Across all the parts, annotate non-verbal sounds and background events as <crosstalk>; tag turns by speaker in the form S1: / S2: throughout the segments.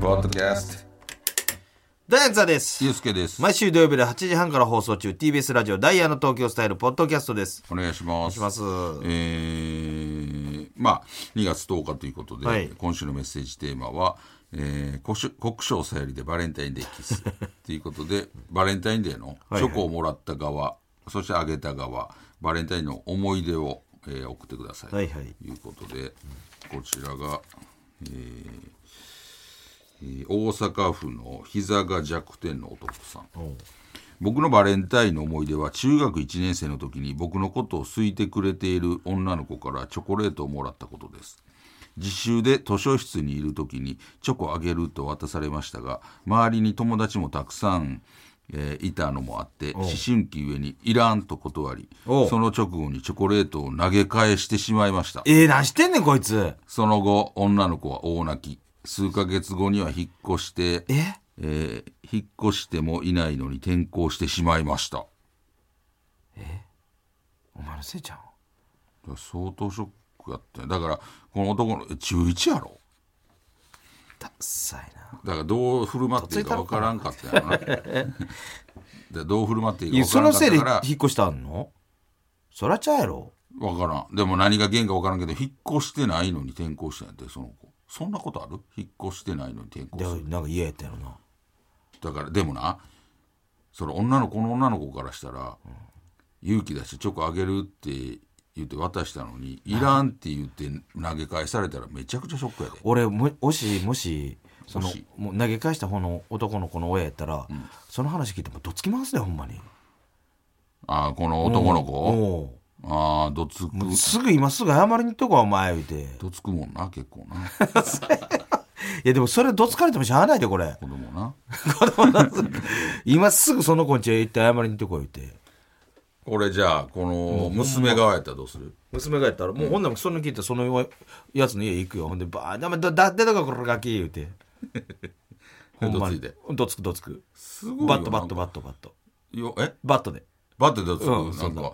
S1: ポッドキャス
S2: ダイアンツァです
S1: ト。ゆうすけです。
S2: 毎週土曜日の8時半から放送中 TBS ラジオダイヤの東京スタイルポッドキャストです
S1: お願いします。
S2: します
S1: えーまあ、2月10日ということで、
S2: はい
S1: 今週のメッセージテーマは、えー、国書国書さよりでバレンタインデーキス
S2: <laughs>
S1: ということで、バレンタインデーの
S2: はい
S1: チョコをもらった側、そしてあげた側、バレンタインの思い出を、えー送ってください。
S2: はいはい
S1: ということで、こちらが、えーえー大阪府の膝が弱点の男さん。僕のバレンタインの思い出は中学1年生の時に僕のことを好いてくれている女の子からチョコレートをもらったことです実習で図書室にいる時にチョコあげると渡されましたが周りに友達もたくさん、えーいたのもあって思春期上にいらんと断り
S2: おう
S1: その直後にチョコレートを投げ返してしまいました
S2: えー、何してんねんこいつ
S1: その後女の子は大泣き数ヶ月後には引っ越して
S2: え
S1: えー引っ越してもいないのに転校してしまいました
S2: お前のせいちゃん
S1: 相当ショックやったよだからこの男のえ中1やろ
S2: ダッサいな
S1: だからどう振る舞っていいか分からんかったやろな <laughs> でどう振る舞っていい
S2: いや
S1: か分か
S2: そ
S1: らんか
S2: の
S1: った
S2: せいで
S1: か
S2: 引
S1: ら
S2: っ越したんのそらちゃうやろ
S1: 分からんでも何が原因か分からんけど引っ越してないのに転校したんやってその子そんなことある引っ越してないのに転校
S2: です
S1: る
S2: なんか嫌やったやろな
S1: だからでもなその女の子この女の子からしたら、勇気出してチョコあげるって言って渡したのにいらんって言って投げ返されたらめちゃくちゃショックやで
S2: 俺ももしもしその
S1: もし
S2: もう投げ返した方の男の子の親やったら、その話聞いてもどつき回すでほんまに
S1: ああこの男の子
S2: おう
S1: ああどつく
S2: もうすぐ今すぐ謝りに行っとこお前言うて
S1: どつくもんな結構ない
S2: やでもそれどつかれてもしゃあないでこれ
S1: 子供な <laughs>
S2: 今すぐその子んちへ行って謝りに行ってこいって
S1: これじゃあこの娘側やったらどうする
S2: 娘がやったらもうほんならそんな聞いたらそのやつの家行くよほんでバーダメだだってだからこれガキ言う <laughs> てほんまに
S1: どついて
S2: どつくどつく
S1: すごいよ
S2: バットバット
S1: なんか
S2: バットバット
S1: よえ
S2: バットで
S1: バットでどつく、
S2: うん
S1: な
S2: そ
S1: ん
S2: ん
S1: か
S2: な
S1: よ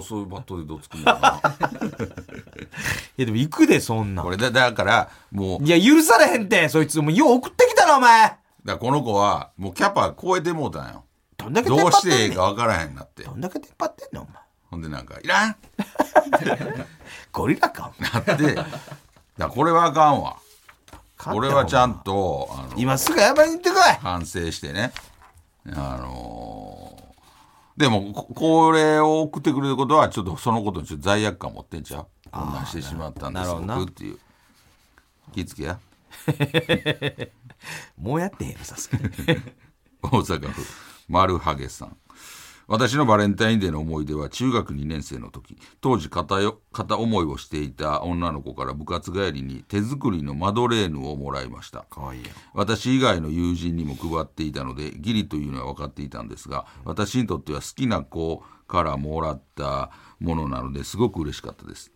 S1: うそういうバットでどつくもんな
S2: いやでも行くでそんな
S1: こ
S2: ん
S1: れだだからもう
S2: いや許されへんてそいつもうよう送ってきたなお前
S1: だからこの子はもうキャパ超えてもうたんよ
S2: どんだけ
S1: ど
S2: テン
S1: う
S2: パっ
S1: しててええ
S2: んねん
S1: か分からへんなって
S2: どんだけテンパってんねんお前
S1: ほんでなんか「いらん!」
S2: ゴリラかお前
S1: なってだからこれはあかんわ俺はちゃんとあの
S2: 今すぐ謝りに行ってこい
S1: 反省してねあのーでもここれを送ってくれることはちょっとそのことにちょっと罪悪感持ってんちゃうこんなんしてしまったんで
S2: なる
S1: す
S2: ほどな
S1: 僕っていう気ぃつけや
S2: もうやってへんよさすが <laughs> に
S1: 大阪府丸ハゲさん私のバレンタインデーの思い出は中学2年生の時当時片よ片思いをしていた女の子から部活帰りに手作りのマドレーヌをもらいました
S2: かわいいよ
S1: 私以外の友人にも配っていたので義理というのは分かっていたんですが私にとっては好きな子からもらったものなのですごく嬉しかったです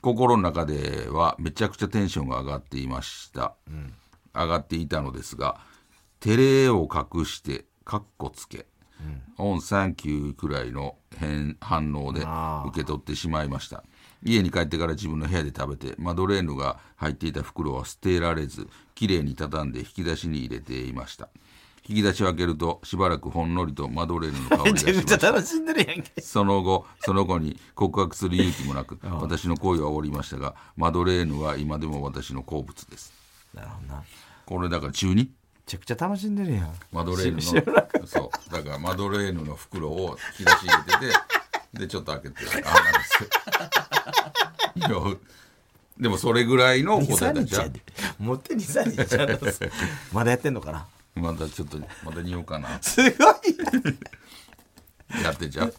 S1: 心の中ではめちゃくちゃテンションが上がっていました、上がっていたのですが照れを隠してかっこつけ、オンサンキューくらいの変反応で
S2: あー
S1: 受け取ってしまいました家に帰ってから自分の部屋で食べてマドレーヌが入っていた袋は捨てられずきれいに畳んで引き出しに入れていました引き出しを開けるとしばらくほんのりとマドレーヌの香り
S2: め
S1: がし
S2: ち
S1: ま
S2: ゃめ
S1: し
S2: ちゃ
S1: た
S2: 楽しんでるやんけ
S1: その後、その子に告白する勇気も
S2: <laughs>
S1: なく、私の恋は終わりましたが、マドレーヌは今でも私の好物です。
S2: なるほどなめ
S1: これだから中に
S2: ちゃくちゃ楽しんでるやん
S1: マドレーヌの、そう、だからマドレーヌの袋を引き出し入れ
S2: <laughs>
S1: てて、で、ちょっと開けて、あ、なんです。い <laughs> や、でもそれぐらいの答え
S2: 23
S1: だ
S2: 日
S1: じゃ
S2: や
S1: ん
S2: で。持って23日やったっすまだやってんのかな
S1: またちょっと、また匂うかな。
S2: すごい
S1: やってんじゃん。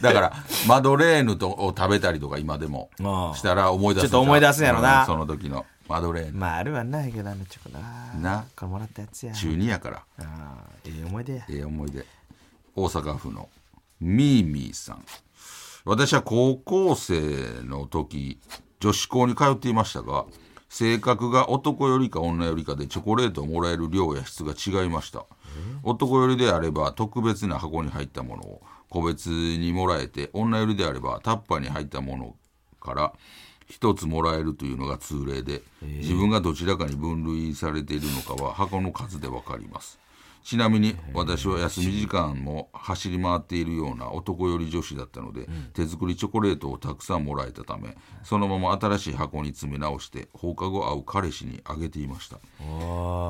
S1: だから、マドレーヌとを食べたりとか今でも
S2: ああ
S1: したら思い出すんちゃう
S2: ちょっと思い出すんやろな
S1: うんその時のマドレーヌ。
S2: まああるはないけどあのチョコな
S1: な
S2: これもらったやつや
S1: 中二やから、
S2: ああいい思い出や
S1: ええ思い出大阪府のミーミーさん私は高校生の時女子校に通っていましたが性格が男よりか女よりかでチョコレートをもらえる量や質が違いました男よりであれば特別な箱に入ったものを個別にもらえて女よりであればタッパーに入ったものから一つもらえるというのが通例で、自分がどちらかに分類されているのかは箱の数でわかりますちなみに私は休み時間も走り回っているような男より女子だったので、手作りチョコレートをたくさんもらえたためそのまま新しい箱に詰め直して放課後会う彼氏にあげていました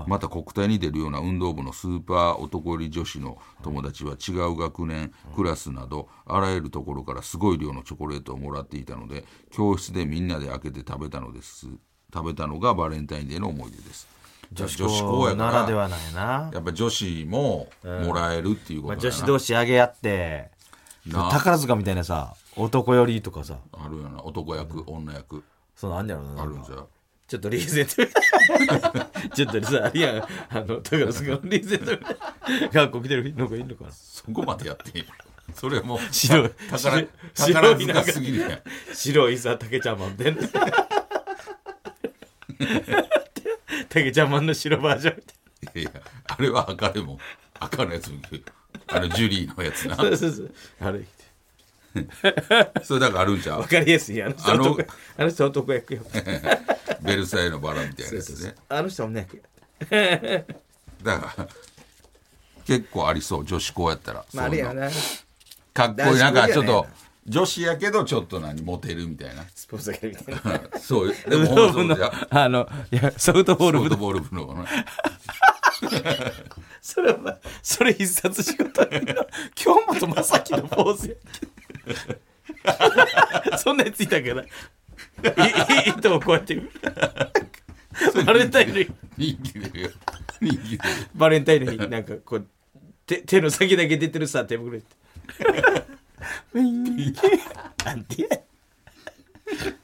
S1: また国体に出るような運動部のスーパー男より女子の友達は違う学年クラスなどあらゆるところからすごい量のチョコレートをもらっていたので教室でみんなで開けて食べたのです食べたのがバレンタインデーの思い出です
S2: 女子校ならではないな。
S1: やっぱ女子ももらえるっていうこ
S2: まあ、
S1: とだ
S2: 女
S1: な、
S2: 子同士上げ合って、
S1: な
S2: 宝塚みたいなさ、男よりとかさ、
S1: あるよな男役女役
S2: そのあんじゃろうな。
S1: あ
S2: な
S1: る
S2: ん
S1: ん
S2: か
S1: じゃう
S2: ちょっとリーゼント <laughs> ちょっとさ、いや、あの、宝塚のリーゼントみたいな学校来てるのがいいのかな。
S1: そこまでやってん
S2: <laughs>
S1: やそれはもう
S2: 白い
S1: 宝
S2: 白
S1: 宝
S2: いな
S1: 塚
S2: んか
S1: すぎるやん
S2: 白いさ、竹ちゃんマンみたいな。竹ちゃんマンの白バージョンみたい
S1: いやいやあれは赤でも赤のやつも着るあのジュリーのやつ
S2: <laughs>
S1: な
S2: な。そうそうそう。あれ、
S1: それだからあるんちゃう
S2: わかりやすいやん。
S1: あ
S2: あの人
S1: の
S2: 男、あの人男役よ。
S1: ベルサイユのバラみたいなやつね
S2: あの人女役や。
S1: だから結構ありそう女子校やったら、
S2: まあ、あ
S1: そう
S2: れ
S1: いうの
S2: やな。
S1: かっこいいなん
S2: 男子校
S1: か
S2: じ
S1: ち
S2: ゃ
S1: ょっ
S2: ねえな
S1: と女子やけどちょっと何モテるみたいな
S2: スポーツだけみたいな。
S1: そういうで
S2: 運 <laughs>
S1: も
S2: 動
S1: そ
S2: 部
S1: う
S2: の
S1: じゃ、
S2: あの、いや、ソフトボール
S1: ソフト
S2: 部の。
S1: ボール部のね
S2: それは、それ必殺仕事になる京本正樹のポーズや。そんなやついたから。いいいともこう
S1: <laughs>
S2: やって。バレンタインの日、
S1: 人気出るよ人気出る
S2: バレンタインの日、なんかこう、手手の先だけ出てるさ、手袋って。ウィーンなんてや。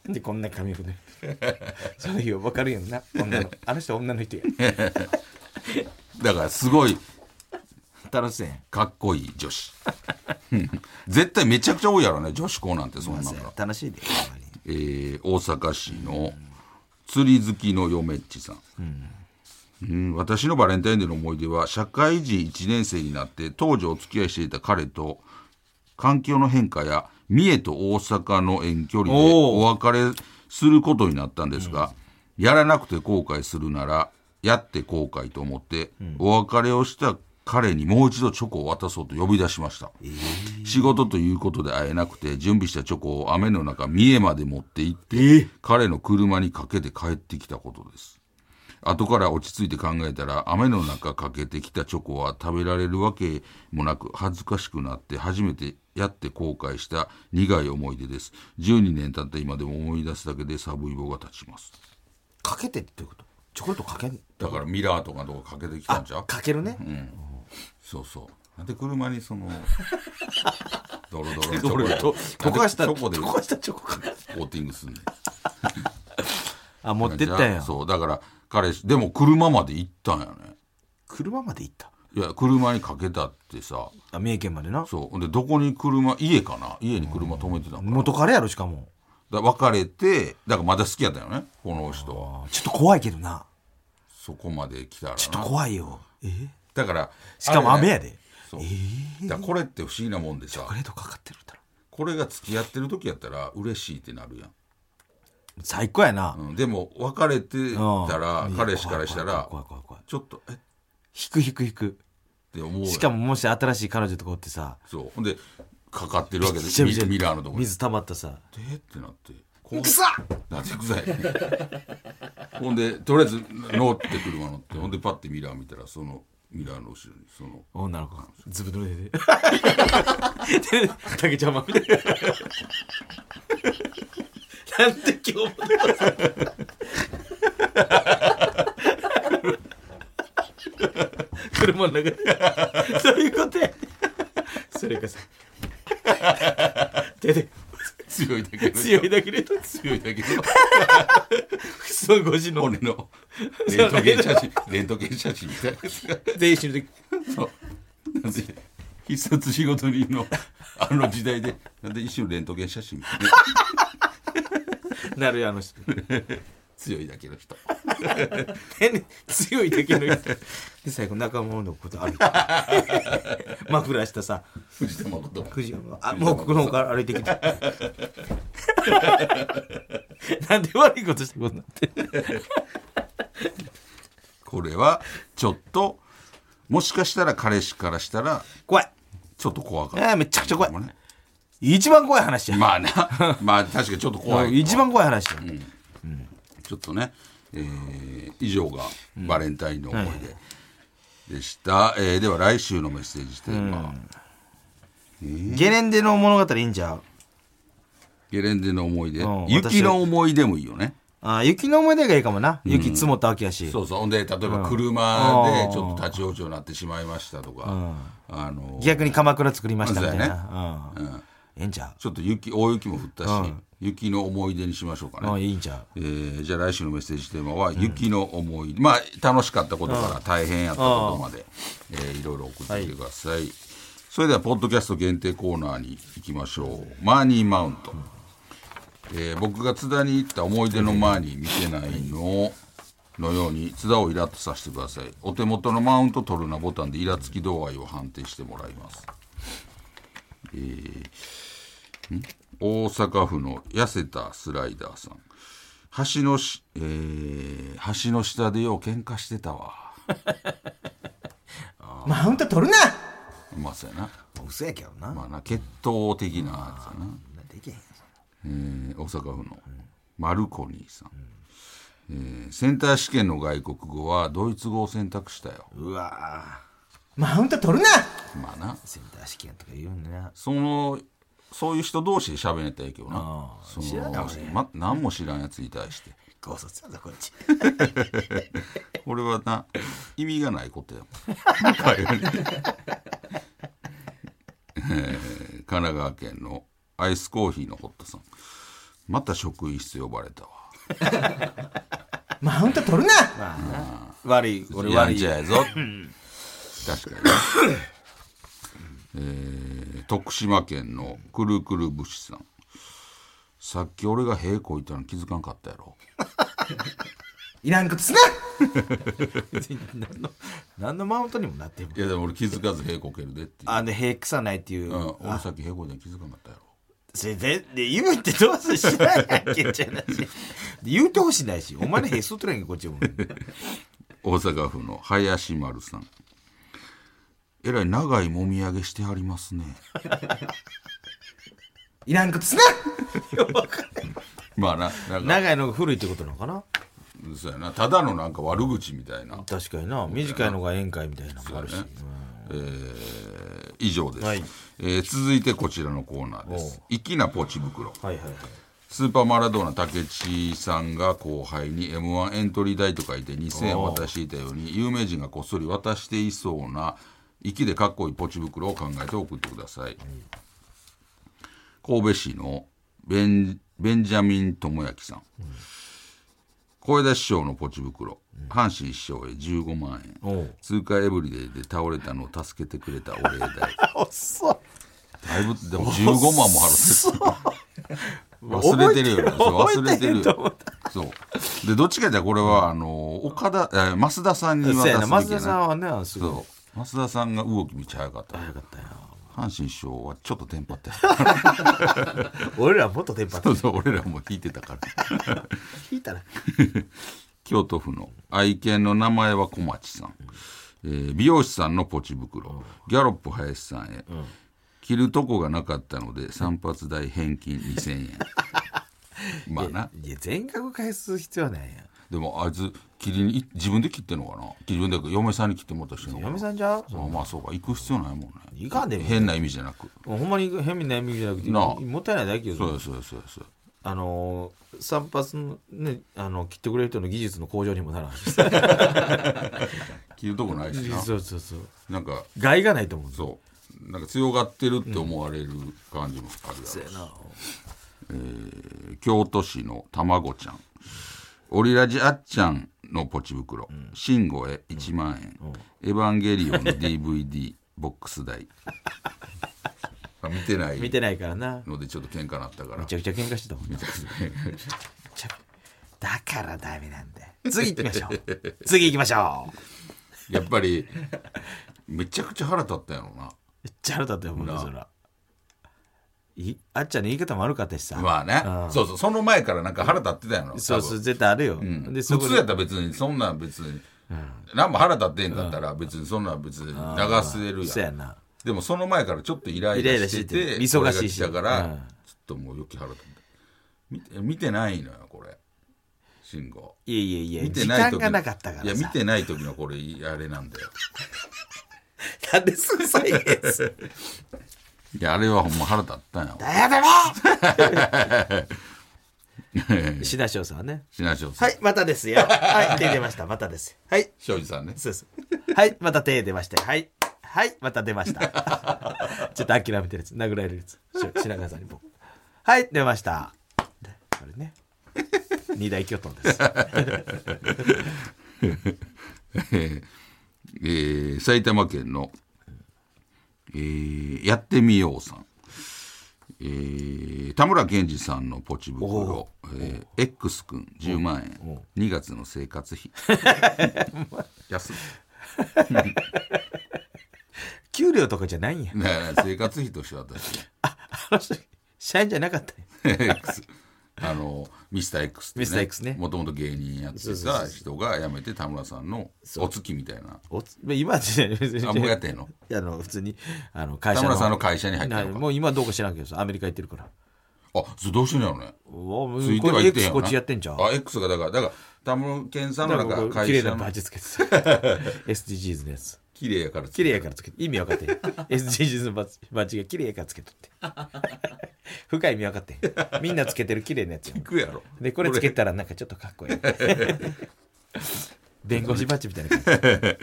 S2: なんでこんな髪服ね。その日は分かるよな、女の。あの人女の人や。
S1: だからすごい
S2: 楽しそうやん。
S1: かっこいい女子 <laughs> 絶対めちゃくちゃ多いやろね女子校なんてそんなんから、
S2: 楽しいで、やっぱり
S1: えー大阪市の釣り好きの嫁っちさん、うん私のバレンタインデーの思い出は社会人1年生になって当時お付き合いしていた彼と環境の変化や三重と大阪の遠距離で
S2: お
S1: お別れすることになったんですが、やらなくて後悔するならやって後悔と思って、お別れをした彼にもう一度チョコを渡そうと呼び出しました、仕事ということで会えなくて準備したチョコを雨の中三重まで持って行って、彼の車にかけて帰ってきたことです後から落ち着いて考えたら雨の中かけてきたチョコは食べられるわけもなく恥ずかしくなって初めてやって後悔した苦い思い出です12年経った今でも思い出すだけでサブイボが立ちます
S2: かけてってことチョコレートかけん
S1: だからミラーとかのとかかけてきたんちゃう
S2: かけるね、
S1: そうそうなんで車にそ
S2: <laughs>
S1: のドロドロのチョコ
S2: 俺
S1: レー
S2: と
S1: ト
S2: 溶かした
S1: なん
S2: 溶
S1: でチョコで
S2: かしたチョコかけ
S1: コーティングすんねん
S2: あ持ってったん
S1: じゃあ
S2: や
S1: そうだから彼氏でも車まで行ったんやね
S2: 車まで行った
S1: いや車にかけたってさ
S2: あ三重県までな
S1: そうほんでどこに車家かな家に車止めてたんかな
S2: 元カレやろしかも
S1: だから別れてだからまだ好きやったよねこの人は
S2: ちょっと怖いけどな
S1: そこまで来たらな
S2: ちょっと怖いよえ
S1: だから
S2: しかも雨や
S1: で
S2: で、
S1: そう、だからこれって不思議なもんでさ
S2: チョコレートかかってるだろ
S1: これが付き合ってる時やったら嬉しいってなるやん
S2: 最高やな、
S1: うん、でも別れて
S2: うん
S1: たら
S2: いや
S1: 彼氏からしたら
S2: 怖い怖い怖い怖い
S1: ちょっとえっ
S2: 引く引く引く
S1: て思うやん
S2: しかももし新しい彼女とかおってさ
S1: そうほんでかかってるわけで
S2: びちゃびちゃ
S1: ミミラーのとこに
S2: 水溜まったさ
S1: でってなってこうなって臭い <laughs> ほんでとりあえず乗って車乗ってほんでパッてミラー見たらそのミラーの後ろにその
S2: 女の子がずぶ濡れ
S1: <laughs>
S2: てで竹ちゃんまみたいななんで今日も車
S1: <laughs>
S2: の中でそういうことやそれがさ手 <laughs> で
S1: 強いだけど
S2: 強い
S1: <laughs>
S2: だけで
S1: 強いだけど
S2: クソ越しの
S1: 俺 <laughs> のレントゲン写真レントゲン写真みたいなやつが
S2: 全員死ぬ時
S1: そうなんで必殺仕事人のあの時代でなんで一瞬レントゲン写真みたいな
S2: なるやあの人
S1: 強いだけの人
S2: 変に強いだけのやつで最後仲間のこと <laughs> 歩いてマフラーしたさ
S1: 藤田誠
S2: <laughs> 藤山あもうこの方から歩いてきたなんで悪いことしてこんなんて。
S1: これはちょっともしかしたら彼氏からしたら
S2: 怖い。
S1: ちょっと怖かっ
S2: ああ、めちゃくちゃ怖い
S1: た、。ね、
S2: 一番怖い話や。
S1: まあな <laughs> まあ確かにちょっと怖い
S2: 一番怖い話や。
S1: ちょっとね、えー以上がバレンタインの思い出でした、えーでは来週のメッセージテーマ、
S2: ゲレンデの物語いいんじゃう
S1: ゲレンデの思い出、
S2: うん
S1: 雪の思い出もいいよね
S2: ああ、雪の思い出がいいかもな。雪積もったわけやし。
S1: そうそうほんで例えば車でちょっと立ち往生になってしまいましたとか、あの
S2: 逆に鎌倉作りましたみたい
S1: そう
S2: な。うん
S1: うん
S2: ええんちゃ
S1: ちょっと雪大雪も降ったし、雪の思い出にしましょうかね、
S2: ううんいいんちゃう
S1: えーじゃあ来週のメッセージテーマは「雪の思い出」まあ楽しかったことから大変やったことまで、えーいろいろ送ってきてください、それではポッドキャスト限定コーナーに行きましょうマーニーマウント、えー僕が津田に行った思い出のマーニー見てないののように津田をイラッとさせてくださいお手元のマウント取るなボタンでイラつき度合いを判定してもらいますえーん大阪府の痩せたスライダーさん橋のし、えー橋の下でよう喧嘩してたわ
S2: マウント取るな
S1: まあそうやな
S2: 嘘やけどな。
S1: まあな血統的なやつやな、
S2: できへん。
S1: えー大阪府のマルコニーさん、えーセンター試験の外国語はドイツ語を選択したよ
S2: うわマウント取るな
S1: まあな
S2: センター試験とか言うんだな。
S1: そのそういう人同士で喋れたらいいけどなその
S2: 知らんかもしれん
S1: ま、何も知らんやつに対して
S2: 高卒やぞ、こっち。
S1: 俺はな意味がないことやもん <laughs> 会話にえー神奈川県のアイスコーヒーのホットさんまた職員室呼ばれたわ
S2: マウント取るな悪い、俺
S1: や
S2: 悪
S1: ん
S2: い
S1: ち。ゃやぞ確かにね、えー徳島県のくるくるぶしさんさっき俺が屁こいたの気づかんかったやろ
S2: いらんことす <laughs> な何の、何のマウントにもなっても。
S1: いやでも俺気づかず屁こけるでっていう
S2: あの、へくさないっていう。
S1: うん、俺さっき屁こいたの気づかんかったやろ
S2: それで、で、言うってどうせ知らないけちゃなし。で言うてほしないし、お前のへそ取れんけ、こっちも。
S1: 大阪府の林丸さんえらい長いもみあげしてはります
S2: <laughs>
S1: ね
S2: いらんことすな
S1: まあななんか
S2: 長いのが古いってことなのかな
S1: そうやなただのなんか悪口みたいな、
S2: 確かにな。短いのが宴会みたいなのもあるし。
S1: そうだ
S2: うん
S1: ねえー以上です、
S2: はい
S1: えー続いてこちらのコーナーです粋なポチ袋
S2: はいはいはい。
S1: スーパーマラドーナ武智さんが後輩に m 1エントリー代と書いて2000円渡していたように有名人がこっそり渡していそうな息でかっこいいポチ袋を考えて送ってください、神戸市のベンベンジャミン智之さん、小枝師匠のポチ袋、阪神師匠へ15万
S2: お
S1: 円
S2: う
S1: 通貨エブリデイで倒れたのを助けてくれたお礼代だ
S2: おっそ
S1: いぶでも15万も払ってる
S2: そう
S1: 忘れてるよね。そう忘
S2: 覚
S1: れ
S2: え
S1: て
S2: てへ
S1: る
S2: んと思っ
S1: よ。そう。で、どっちかじゃこれは、あの、岡田、えー増田さんに渡す
S2: そう
S1: べ
S2: や
S1: き
S2: な、
S1: や
S2: 松田さん
S1: な。
S2: はね、すごい。
S1: そう。増田さんが動き見ちゃ早かった。
S2: よかったよ。
S1: 阪神師匠はちょっとテンパって。
S2: 俺らもっと電波
S1: <laughs> そうそう、俺らも引いてたから。
S2: 引いたら。
S1: 京都府の愛犬の名前は小町さん。えー美容師さんのポチ袋。ギャロップ林さんへ。着るとこがなかったので散髪代返金2000円
S2: <laughs>
S1: まあない
S2: や、全額返す必要はないやん。
S1: でもあいつ切りにい自分で切ってんのかな自分で嫁さんに切ってもらったりしてんのかな
S2: 嫁さんじゃう
S1: まあまあそうか行く必要ないもんね
S2: 行かんでも
S1: 変な意味じゃなく
S2: ほんまに変な悩みじゃなくて、
S1: なあ
S2: もったいないだけよ。
S1: そうですそうですそうです
S2: あのー散髪のねあの切ってくれる人の技術の向上に
S1: <laughs>
S2: もならん
S1: 切るとこないしな
S2: そうそうそう
S1: なんか
S2: 害がないと思う
S1: そうなんか強がってるって思われる感じもあるやろうし、
S2: そうやな
S1: 京都市のたまごちゃんオリラジあっちゃんのポチ袋、慎吾へ1万円、エヴァンゲリオンの DVD ボックス
S2: <laughs>
S1: 代あ見てない
S2: 見てないからな
S1: のでちょっと喧嘩なったから
S2: めちゃくちゃ喧嘩してた
S1: <laughs>
S2: もんなちゃだからダメなんだよ次行きましょう
S1: <laughs>
S2: 次行きましょう
S1: やっぱりめちゃくちゃ腹立ったんやろな
S2: めっちゃ腹立ったよもう
S1: なあ
S2: そらいあっちゃんの言い方も悪かったしさ、
S1: まあね、そうそうその前からなんか腹立ってたんやろ
S2: そうそうう絶対あるよ、でそ
S1: 普
S2: こ
S1: 通
S2: で
S1: やったら別にそんなん別に、何も腹立ってんかったら別にそんなん別に流せる
S2: そう
S1: や
S2: や
S1: ん
S2: な
S1: でもその前からちょっとイライ
S2: イライ
S1: ラ
S2: ラ
S1: して
S2: して
S1: て
S2: て忙しいし
S1: だか
S2: うん
S1: らちょっともうよき腹立って見て見てないのよこれ信号
S2: いやいやいや
S1: 見て
S2: 時
S1: ない時
S2: 間がなかったからさ
S1: いや見てない時のこれあれなんだよ
S2: なんですぐ再現する
S1: いやあれはほんま腹立ったんやわ
S2: あ <laughs> やだ
S1: <laughs>
S2: めシナショウさんはね
S1: しなしょうさ
S2: は
S1: ん
S2: いまたですよはい手出ましたまたですよはい
S1: 庄司さんね
S2: そうですはいまた手出ましたよはいはいまた出ました <laughs> ちょっと諦めてるやつ殴られるやつし品川さんに僕はい出ましたこれね二大巨頭です
S1: えーえー埼玉県の、えーやってみようさん、えー田村健二さんのポチ袋、えー X 君10万円2月の生活費
S2: <laughs>
S1: 安い
S2: 給料とかじゃないんや <laughs>
S1: ねえ生活費として私
S2: あの人社員じゃなかったんや
S1: X あのミスター X ってね
S2: ミスター X ね
S1: もともと芸人やってた人が辞めて田村さんのお月みたいな
S2: おつ今は別に
S1: あもうやってんの
S2: あの普通にあの会
S1: 田
S2: 社の
S1: 村さんの会社に入った
S2: はい
S1: のか
S2: もう今どうか知らんけどさアメリカ行ってるから
S1: あそれどうしてんのやろね
S2: お
S1: ついて
S2: こ
S1: は
S2: れ
S1: いてん
S2: X
S1: やろ
S2: こっ
S1: な
S2: ちやってんじゃん
S1: あ X がだからだから田村健さんのな
S2: な
S1: んん
S2: か
S1: か
S2: こう綺
S1: 会
S2: 麗
S1: 社
S2: な
S1: の
S2: バージつけてさ <laughs> SDGs のやつ
S1: 綺麗やから
S2: 綺麗やからつけて意味分かってん SDGs のバッジバッジが綺麗やからつけとって深い意味分かってんみんなつけてる綺麗なやつやん
S1: 行くやろ
S2: でこれつけたらなんかちょっとかっこ
S1: <laughs>
S2: いい弁護士バッジみたいな感じ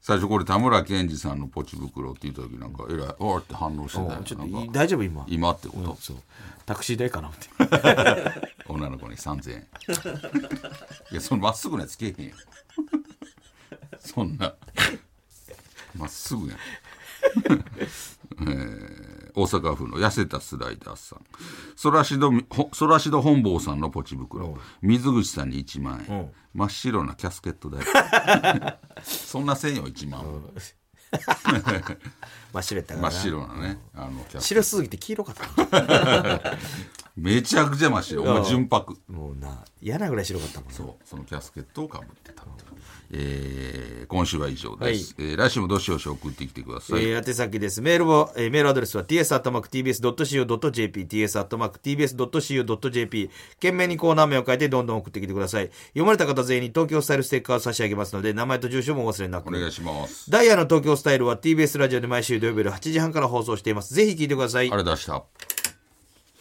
S1: 最初これ田村健二さんのポチ袋って言った時なんかえらいおーって反応してた
S2: お
S1: よ
S2: うちょっと
S1: ないんか
S2: 大丈夫今
S1: 今ってこ
S2: うん
S1: と
S2: そうタクシー代かなって
S1: 女の子に3000円いやそのまっすぐなやつけえへんやんそんなまっすぐやん、えー大阪府の痩せたスライダーさんソラシドみほソラシド本坊さんのポチ袋水口さんに1万円真っ白なキャスケット代 <laughs> そんなせんよ1万
S2: 真っ白やったか
S1: 真っ
S2: らな
S1: 白なねあのキャス
S2: 白すぎて黄色かっ
S1: めちゃくちゃ真っ白お前純白
S2: たもうな嫌なぐらい白かったもんな
S1: そうそのキャスケットをかぶってたと、えー今週は以上です、えー来週もどしどし送ってきてください、
S2: えー宛先です。メールも、えーメールアドレスは ts.tbs.co.jp、ts.tbs.co.jp、懸命にコーナー名を書いてどんどん送ってきてください。読まれた方全員に東京スタイルステッカーを差し上げますので、名前と住所もお忘れな
S1: お
S2: く。
S1: 願いします
S2: ダイヤの東京スタイルは TBS ラジオで毎週土曜日夜8時半から放送しています。ぜひ聞いてください
S1: あ。れ出した